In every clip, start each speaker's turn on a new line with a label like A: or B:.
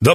A: The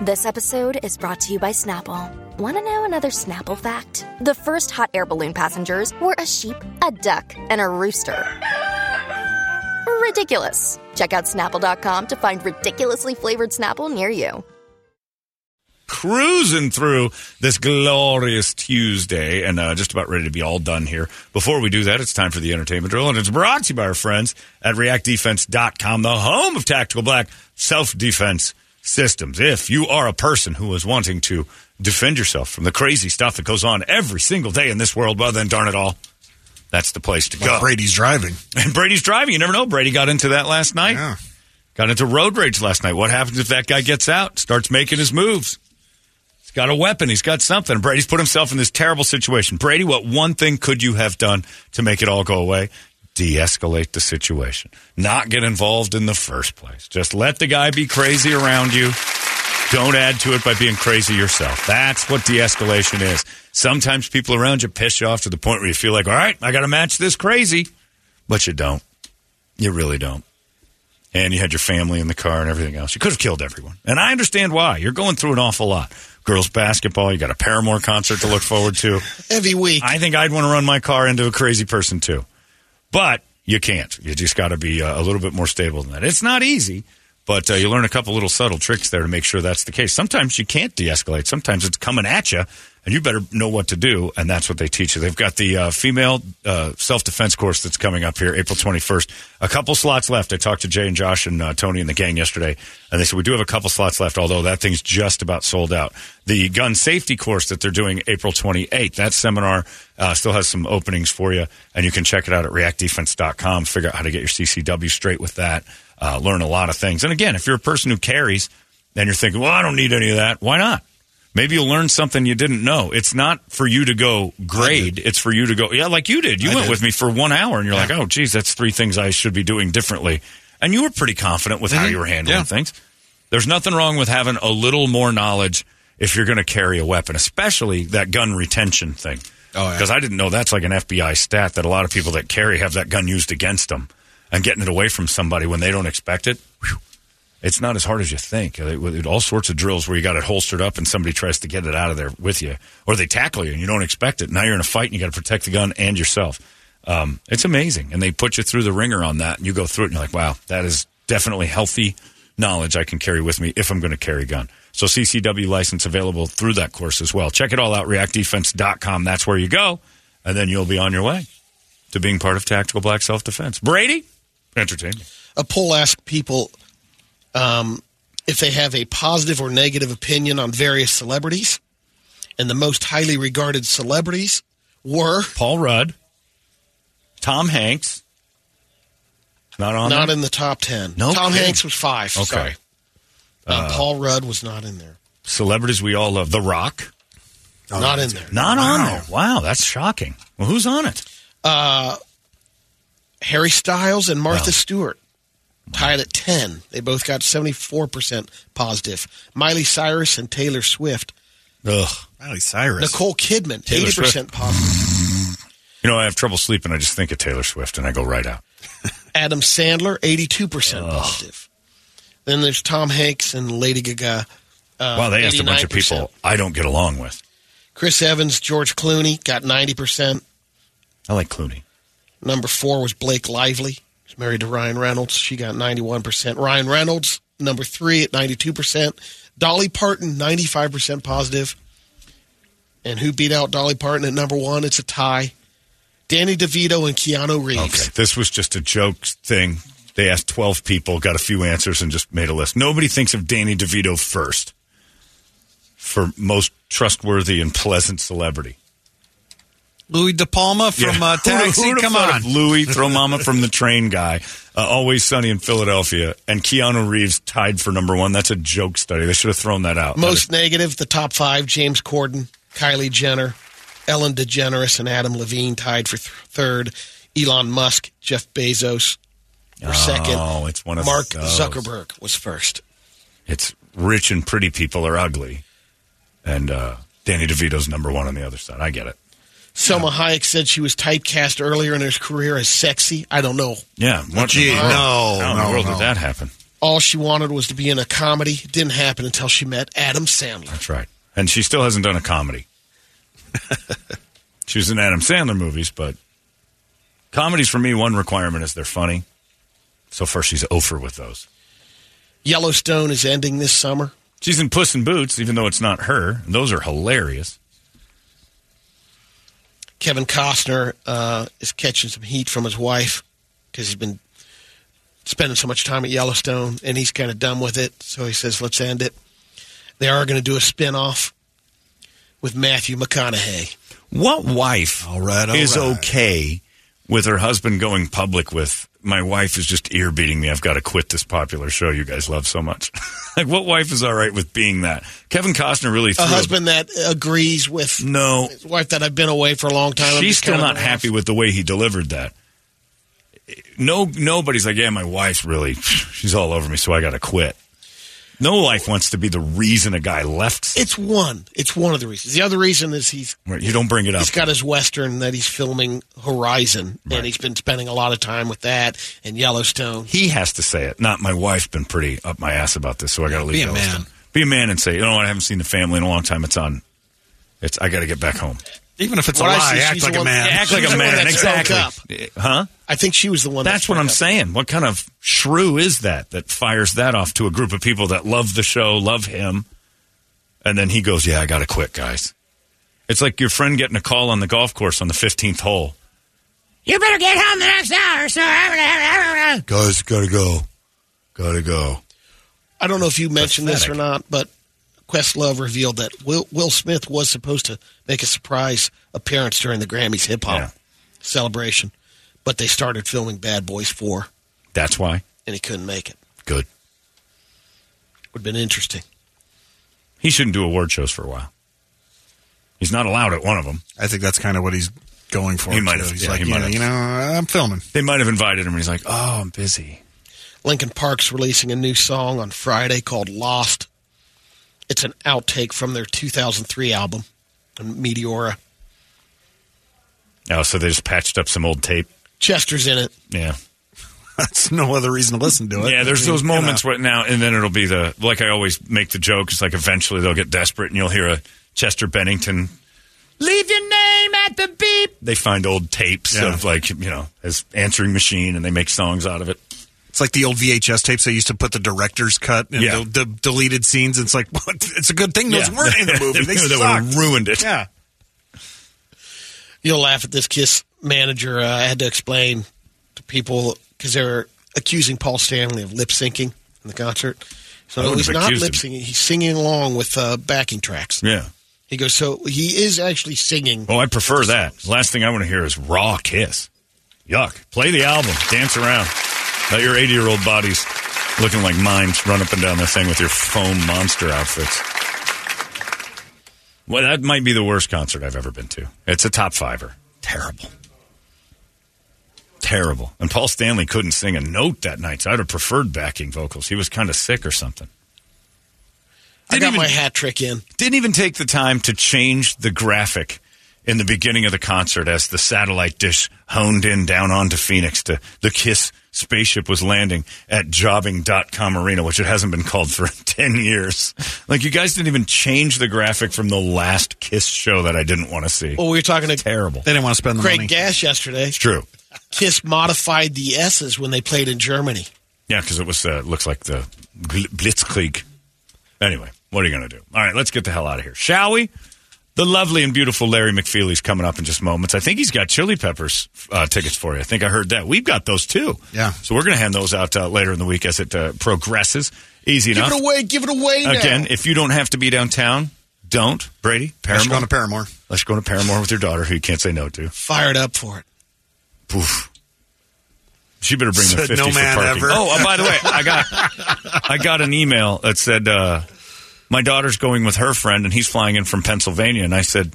B: This episode is brought to you by Snapple. Want to know another Snapple fact? The first hot air balloon passengers were a sheep, a duck, and a rooster. Ridiculous. Check out snapple.com to find ridiculously flavored Snapple near you.
C: cruising through this glorious Tuesday and uh, just about ready to be all done here. Before we do that, it's time for the entertainment drill, and it's brought to you by our friends at reactdefense.com, the home of tactical black self defense systems. If you are a person who is wanting to defend yourself from the crazy stuff that goes on every single day in this world, well, then darn it all. That's the place to go.
D: Brady's driving.
C: And Brady's driving. You never know. Brady got into that last night.
D: Yeah.
C: Got into road rage last night. What happens if that guy gets out, starts making his moves? He's got a weapon. He's got something. Brady's put himself in this terrible situation. Brady, what one thing could you have done to make it all go away? De escalate the situation. Not get involved in the first place. Just let the guy be crazy around you. Don't add to it by being crazy yourself. That's what de escalation is. Sometimes people around you piss you off to the point where you feel like, all right, I got to match this crazy. But you don't. You really don't and you had your family in the car and everything else. You could have killed everyone. And I understand why. You're going through an awful lot. Girls basketball, you got a Paramore concert to look forward to.
D: Every week.
C: I think I'd want to run my car into a crazy person too. But you can't. You just got to be uh, a little bit more stable than that. It's not easy, but uh, you learn a couple little subtle tricks there to make sure that's the case. Sometimes you can't de escalate, sometimes it's coming at you, and you better know what to do. And that's what they teach you. They've got the uh, female uh, self defense course that's coming up here April 21st. A couple slots left. I talked to Jay and Josh and uh, Tony and the gang yesterday, and they said, We do have a couple slots left, although that thing's just about sold out. The gun safety course that they're doing April 28th, that seminar uh, still has some openings for you, and you can check it out at reactdefense.com. Figure out how to get your CCW straight with that. Uh, learn a lot of things. And again, if you're a person who carries and you're thinking, well, I don't need any of that, why not? Maybe you'll learn something you didn't know. It's not for you to go grade. It's for you to go, yeah, like you did. You
D: I
C: went
D: did.
C: with me for one hour and you're like, oh, geez, that's three things I should be doing differently. And you were pretty confident with how you were handling
D: Yeah.
C: things. There's nothing wrong with having a little more knowledge if you're going to carry a weapon, especially that gun retention thing.
D: Oh, yeah.
C: Because I didn't know that's like an FBI stat that a lot of people that carry have that gun used against them and getting it away from somebody when they don't expect it. whew, it's not as hard as you think. It- it- all sorts of drills where you got it holstered up and somebody tries to get it out of there with you, or they tackle you and you don't expect it. Now you're in a fight and you got to protect the gun and yourself. Um, it's amazing, and they put you through the ringer on that, and you go through it, and you're like, wow, that is definitely healthy knowledge I can carry with me if I'm going to carry a gun. So CCW license available through that course as well. Check it all out, reactdefense.com. That's where you go, and then you'll be on your way to being part of Tactical Black Self Defense. Brady, entertaining.
E: a poll asked people um, if they have a positive or negative opinion on various celebrities, and the most highly regarded celebrities were
C: Paul Rudd, Tom Hanks. Not on.
E: not
C: there?
E: in the top ten.
C: No
E: Tom
C: kidding.
E: Hanks was five.
C: Okay.
E: Sorry, Uh, Paul Rudd was not in there.
C: Celebrities we all love. The Rock.
D: Oh,
E: not in there.
C: Not on there. Wow, that's shocking. Well, who's on it?
E: Uh, Harry Styles and Martha
C: Wow.
E: Stewart tied at ten. They both got seventy four percent positive. Miley Cyrus and Taylor Swift.
C: Ugh.
D: Miley Cyrus.
E: Nicole Kidman,
C: Taylor
E: eighty
C: Swift.
E: percent positive.
C: You know, I have trouble sleeping. I just think of Taylor Swift and I go right out.
E: Adam Sandler, 82% positive. Then there's Tom Hanks and Lady Gaga. Uh,
C: wow, they asked a bunch of
E: 89%.
C: people I don't get along with.
E: Chris Evans, George Clooney got 90%.
C: I like Clooney.
E: Number four was Blake Lively. She's married to Ryan Reynolds. She got 91%. Ryan Reynolds, number three at 92%. Dolly Parton, 95% positive. And who beat out Dolly Parton at number one? It's a tie. Danny DeVito and Keanu Reeves.
C: Okay, this was just a joke thing. They asked 12 people, got a few answers, and just made a list. Nobody thinks of Danny DeVito first for most trustworthy and pleasant celebrity.
D: Louis De Palma from
C: Yeah.
D: uh,
C: Who'd have-
D: Taxi.
C: who'd have
D: Come
C: thought
D: on.
C: of Louis, throw mama from the train guy, uh, always sunny in Philadelphia, and Keanu Reeves tied for number one. That's a joke study. They should have thrown that out.
E: Most negative, the top five James Corden, Kylie Jenner, Ellen DeGeneres, and Adam Levine tied for th- third. Elon Musk, Jeff Bezos were second.
C: Oh, it's one of
E: Mark
C: those.
E: Zuckerberg was first.
C: It's rich and pretty people are ugly, and uh, Danny DeVito's number one on the other side. I get it.
E: Selma Hayek said she was typecast earlier in her career as sexy. I don't know.
C: Yeah. What in
D: Gee,
C: the world?
D: no,
C: How in
D: no,
C: the world
D: no.
C: did that happen?
E: All she wanted was to be in a comedy. It didn't happen until she met Adam Sandler.
C: That's right. And she still hasn't done a comedy. she was in Adam Sandler movies, but comedies for me, one requirement is they're funny. So far, she's over with those.
E: Yellowstone is ending this summer.
C: She's in Puss in Boots, even though it's not her. And those are hilarious.
E: Kevin Costner uh, is catching some heat from his wife because he's been spending so much time at Yellowstone and he's kind of done with it. So he says, let's end it. They are going to do a spin off with Matthew McConaughey.
C: What wife
D: All right, all
C: is
D: right.
C: okay with her husband going public with, my wife is just ear beating me. I've got to quit this popular show you guys love so much. like, what wife is all right with being that? Kevin Costner really threw
E: A husband that agrees with
C: No,
E: his wife that I've been away for a long time. I'm
C: Mm. She's
E: just
C: still
E: kinda
C: not
E: off."
C: happy with the way he delivered that. No, nobody's like, yeah, my wife's really, she's all over me, so I got to quit. No wife wants to be the reason a guy left.
E: It's one. It's one of the reasons. The other reason is he's
C: Right, you don't bring it up.
E: He's got his western that he's filming Horizon, and he's been spending a lot of time with that and Yellowstone.
C: he has to say it. Not my wife's been pretty up my ass about this, so I got to leave.
D: be a
C: Yellowstone."
D: man.
C: Be a man and say, you know what? I haven't seen the family in a long time. It's on. It's I got to get back home.
D: Even if it's
E: What
D: a
E: I
D: lie,
E: see,
D: act
E: she's
D: like
E: the
D: a
E: one-
D: man.
E: Yeah,
C: Act like
E: She's
C: a
E: the one
C: man,
E: that spoke
C: exactly.
E: up.
C: Huh?
E: I think she was the one. that
C: That's what
E: spoke
C: I'm
E: up.
C: saying. What kind of shrew is that that fires that off to a group of people that love the show, love him, and then he goes, "Yeah, I got to quit, guys." It's like your friend getting a call on the golf course on the 15th hole. You better get home the next hour. So
D: Guys, gotta go. Gotta go.
E: I don't know if you mentioned this or not, but Questlove revealed that Will, Will Smith was supposed to make a surprise appearance during the Grammys hip hop
C: Yeah.
E: celebration, but they started filming Bad Boys Four,
C: that's why.
E: and he couldn't make it.
C: Good.
E: Would have been interesting.
C: He shouldn't do award shows for a while. He's not allowed at one of them.
D: I think that's kind of what he's going for.
C: He might
D: too.
C: have-
D: He's
C: yeah,
D: like,
C: he
D: you,
C: might
D: know,
C: have.
D: you know, I'm filming.
C: They might have invited him, and he's like, "Oh, I'm busy."
E: Lincoln Park's releasing a new song on Friday called Lost. It's an outtake from their 2003 album, Meteora.
C: Oh, so they just patched up some old tape.
E: Chester's in it.
C: Yeah.
D: That's no other reason to listen to it.
C: Yeah, there's
D: I mean,
C: those
D: you know.
C: moments where now and then it'll be the like I always make the joke. It's like eventually they'll get desperate and you'll hear a Chester Bennington. Leave your name at the beep. They find old tapes
D: Yeah.
C: of like you know as answering machine and they make songs out of it.
D: It's like the old VHS tapes they used to put the director's cut and
C: Yeah.
D: the, the deleted scenes. It's like, what? it's a good thing those
C: Yeah.
D: weren't in the movie. They,
C: They
D: sucked.
C: would've ruined it.
D: Yeah.
E: You'll laugh at this Kiss manager. Uh, I had to explain to people because they're accusing Paul Stanley of lip syncing in the concert. So
C: I
E: no,
C: wouldn't
E: he's
C: have
E: not
C: accused
E: lip
C: him.
E: syncing. He's singing along with uh, backing tracks.
C: Yeah.
E: He goes, so he is actually singing.
C: Oh, I prefer that. Last thing I want to hear is raw kiss. Yuck. Play the album. Dance around. Let your 80 year old bodies looking like mimes run up and down the thing with your foam monster outfits. Well, that might be the worst concert I've ever been to. It's a top fiver. Terrible. Terrible. And Paul Stanley couldn't sing a note that night, so I'd have preferred backing vocals. He was kind of sick or something.
E: I
C: Didn't
E: got
C: even-
E: my hat trick in.
C: Didn't even take the time to change the graphic in the beginning of the concert as the satellite dish honed in down onto Phoenix. To, the Kiss spaceship was landing at jobbing.com arena, which it hasn't been called for 10 years. Like, you guys didn't even change the graphic from the last Kiss show that I didn't want to see.
E: Well, we were talking to
C: Terrible.
D: They didn't want to spend the
E: Craig
D: money.
E: Gash yesterday.
C: It's true.
E: Kiss modified the S's when they played in Germany.
C: Yeah, because it was uh, looks like the gl- Blitzkrieg. Anyway, what are you going to do? All right, let's get the hell out of here, shall we? The lovely and beautiful Larry McFeely's coming up in just moments. I think he's got Chili Peppers uh, tickets for you. I think I heard that. We've got those too.
D: Yeah.
C: So we're going to hand those out uh, later in the week as it uh, progresses. Easy
E: Give
C: enough.
E: it away! Give it away! now.
C: Again, if you don't have to be downtown, don't. Brady,
D: Let's go
C: Paramore.
D: on to Paramore.
C: Let's go to Paramore with your daughter, who you can't say no to.
E: fired up for it.
C: Poof. She better bring the
D: Said
C: 50
D: no
C: for
D: man
C: parking.
D: ever.
C: Oh, uh, by the way, I got I got an email that said uh, my daughter's going with her friend and he's flying in from Pennsylvania and I said,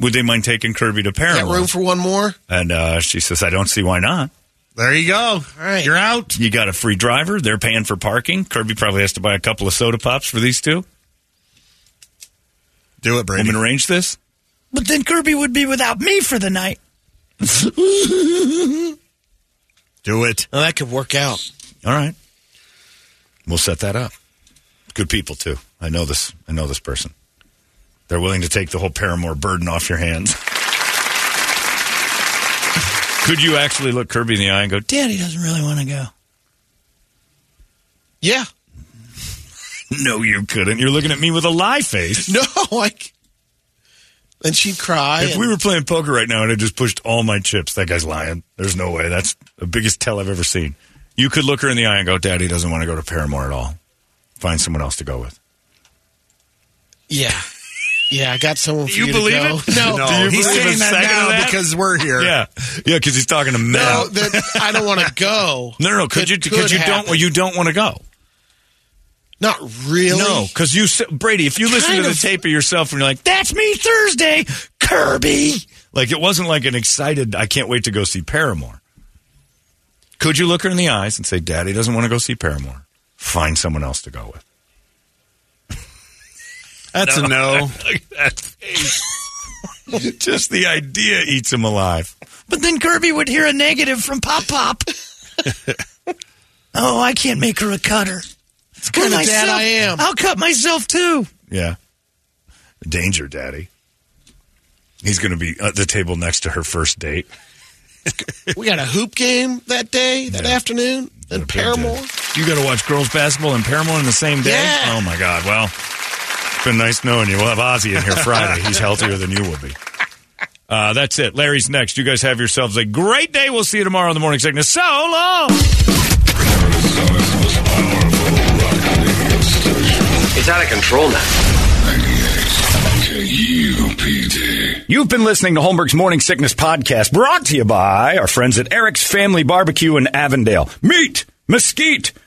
C: "Would they mind taking Kirby to
E: Got
C: Paramount?"
E: room for one more?
C: and uh, she says, "I don't see why not.
D: There you go. All
E: right.
D: You're out.
C: You got a free driver, they're paying for parking. Kirby probably has to buy a couple of soda pops for these two.
D: Do it, Brady.
C: Women arrange this." But then Kirby would be without me for the night.
D: Do it.
E: Now that could work out.
C: All right. We'll set that up. Good people too. I know this. I know this person. They're willing to take the whole Paramore burden off your hands. Could you actually look Kirby in the eye and go, "Daddy doesn't really want to go"?
E: Yeah.
C: No, you couldn't. You're looking at me with a lie face.
E: No, like. Then she'd cry.
C: If
E: and-
C: we were playing poker right now and I just pushed all my chips, that guy's lying. There's no way. That's the biggest tell I've ever seen. You could look her in the eye and go, "Daddy doesn't want to go to Paramore at all. Find someone else to go with."
E: yeah, yeah, I got someone for
C: You
E: you,
C: believe
E: to go.
C: it?
E: No,
D: No,
C: Do you
D: he's
C: believe a
D: saying that
C: second of
D: now
C: that?
D: because we're here.
C: Yeah, yeah, because he's talking to Mel.
E: no, that I don't want to go.
C: No, no, no. Could
E: That
C: you? Because you
E: happen.
C: don't. You don't want to go.
E: Not really.
C: No, because you, s- Brady. If you listen to
E: Kind
C: the
E: of.
C: tape of yourself and you're like, "That's me Thursday, Kirby." Like it wasn't like an excited. I can't wait to go see Paramore. Could you look her in the eyes and say, "Daddy doesn't want to go see Paramore. Find someone else to go with."
D: That's a no.
C: Like that face. Just the idea eats him alive. But then Kirby would hear a negative from Pop Pop. oh, I can't make her a cutter. It's
E: kind of dad I am.
C: I'll cut myself too. Yeah. Danger, Daddy. He's going to be at the table next to her first date.
E: we got a hoop game that day, that
C: Yeah.
E: afternoon, and Paramore.
C: You got to watch girls basketball and Paramore on the same day?
E: Yeah.
C: Oh, my God. Well, it's been nice knowing you. We'll have Ozzy in here Friday. He's healthier than you would be. Uh, that's it. Larry's next. You guys have yourselves a great day. We'll see you tomorrow in the morning sickness. So long.
F: It's out of control now.
A: You've been listening to Holmberg's Morning Sickness Podcast, brought to you by our friends at Eric's Family Barbecue in Avondale. Meet, mesquite,